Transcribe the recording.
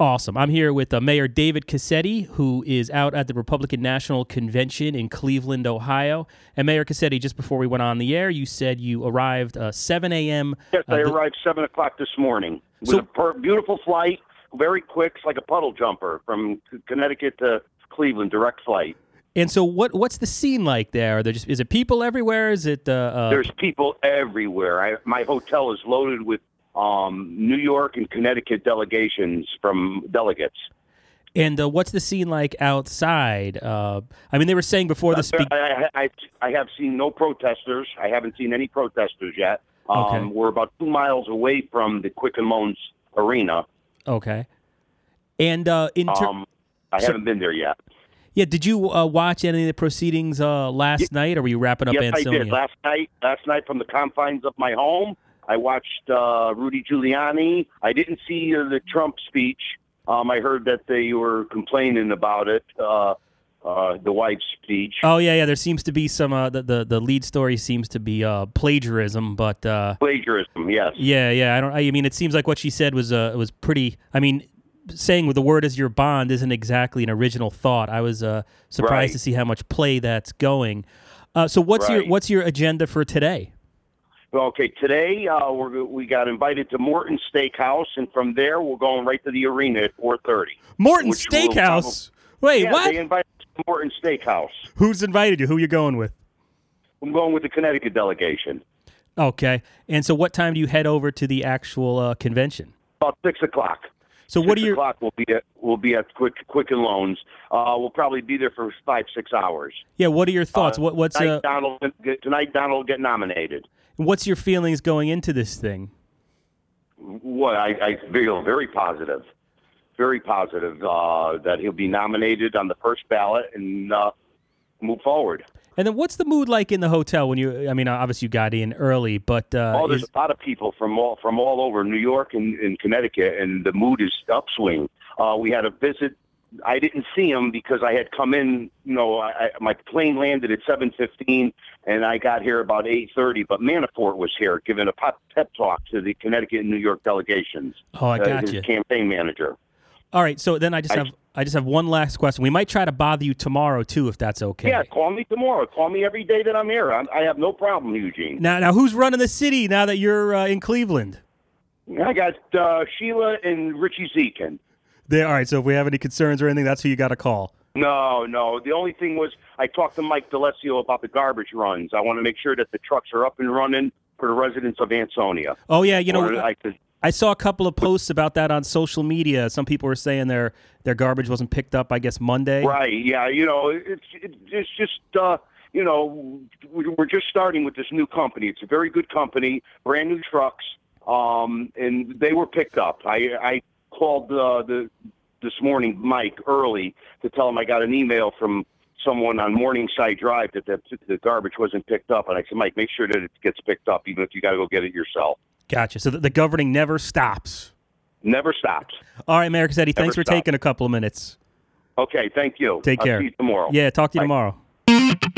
awesome. I'm here with uh, Mayor David Cassetti, who is out at the Republican National Convention in Cleveland, Ohio. And Mayor Cassetti, just before we went on the air, you said you arrived uh, 7 a.m. Yes, uh, I the- arrived seven o'clock this morning. It was So- a per- beautiful flight, very quick, it's like a puddle jumper from Connecticut to Cleveland, direct flight. and so, what what's the scene like there? Are there just is it people everywhere? Is it uh, uh, There's people everywhere. I, my hotel is loaded with um, New York and Connecticut delegations from delegates. and uh, what's the scene like outside? Uh, I mean, they were saying before the speak. I, I, I have seen no protesters. I haven't seen any protesters yet. Um, Okay. We're about two miles away from the Quicken Loans Arena. Okay. And uh, in ter- Um, I So- haven't been there yet. yeah, did you uh, watch any of the proceedings uh, last night, or were you wrapping up Yes, I Ansonia? did last night. Last night from the confines of my home, I watched uh, Rudy Giuliani. I didn't see uh, the Trump speech. Um, I heard that they were complaining about it. Uh, uh, the wife's speech. Oh yeah, yeah. There seems to be some uh, the, the the lead story seems to be uh, plagiarism, but uh, Plagiarism, yes. yeah, yeah. I don't. I mean, it seems like what she said was uh, was pretty. I mean, saying the word is your bond isn't exactly an original thought. I was uh, surprised Right. to see how much play that's going. Uh, so what's your Right. what's your agenda for today? Okay, today uh, we're, we got invited to Morton Steakhouse, and from there we're going right to the arena at 4:30. Morton Which will Steakhouse. Wait, yeah, what? They invited us to Morton Steakhouse. Who's invited you? Who you going with? I'm going with the Connecticut delegation. Okay. And so, what time do you head over to the actual uh, convention? About six o'clock. So, what are Six your o'clock? We'll be at we'll be at Quick Quicken Loans. Uh, we'll probably be there for five six hours. yeah? What are your thoughts? what what's Tonight uh, Donald get- tonight Donald will get nominated. what's your feelings going into this thing? What I, I feel very positive, very positive uh, that he'll be nominated on the first ballot and uh, move forward. And then, what's the mood like in the hotel when you? I mean, obviously you got in early, but uh, oh, there's is- a lot of people from all from all over New York and, and Connecticut, and the mood is upswing. Uh, we had a visit. I didn't see him because I had come in. You know, I, I- my plane landed at 7:15, and I got here about 8:30. But Manafort was here giving a pop, pep talk to the Connecticut and New York delegations. oh, I uh, got his you. Campaign manager. All right. So then, I just I- have I just have one last question. We might try to bother you tomorrow too, if that's okay. Yeah, call me tomorrow. Call me every day that I'm here. I'm, I have no problem, Eugene. Now, now who's running the city now that you're uh, in Cleveland? I got uh, Sheila and Richie Zekin. There. All right. So if we have any concerns or anything, that's who you got to call. No, no. The only thing was I talked to Mike D'Alessio about the garbage runs. I want to make sure that the trucks are up and running for the residents of Ansonia. Oh yeah, you know Or uh, I could- I saw a couple of posts about that on social media. Some people were saying their their garbage wasn't picked up. I guess Monday. right? Yeah, you know, it's it's just uh, you know we- we're just starting with this new company. It's a very good company, brand new trucks, um, and they were picked up. I I called uh, the this morning Mike early to tell him I got an email from someone on Morningside Drive that the, the garbage wasn't picked up. And I said, Mike, make sure that it gets picked up, even if you got to go get it yourself. Gotcha. So the, the governing never stops. Never stops. All right, Mayor Cassetti, thanks for stops. taking a couple of minutes. Okay, thank you. Take I'll care. See you tomorrow. Yeah, talk to you Bye. tomorrow.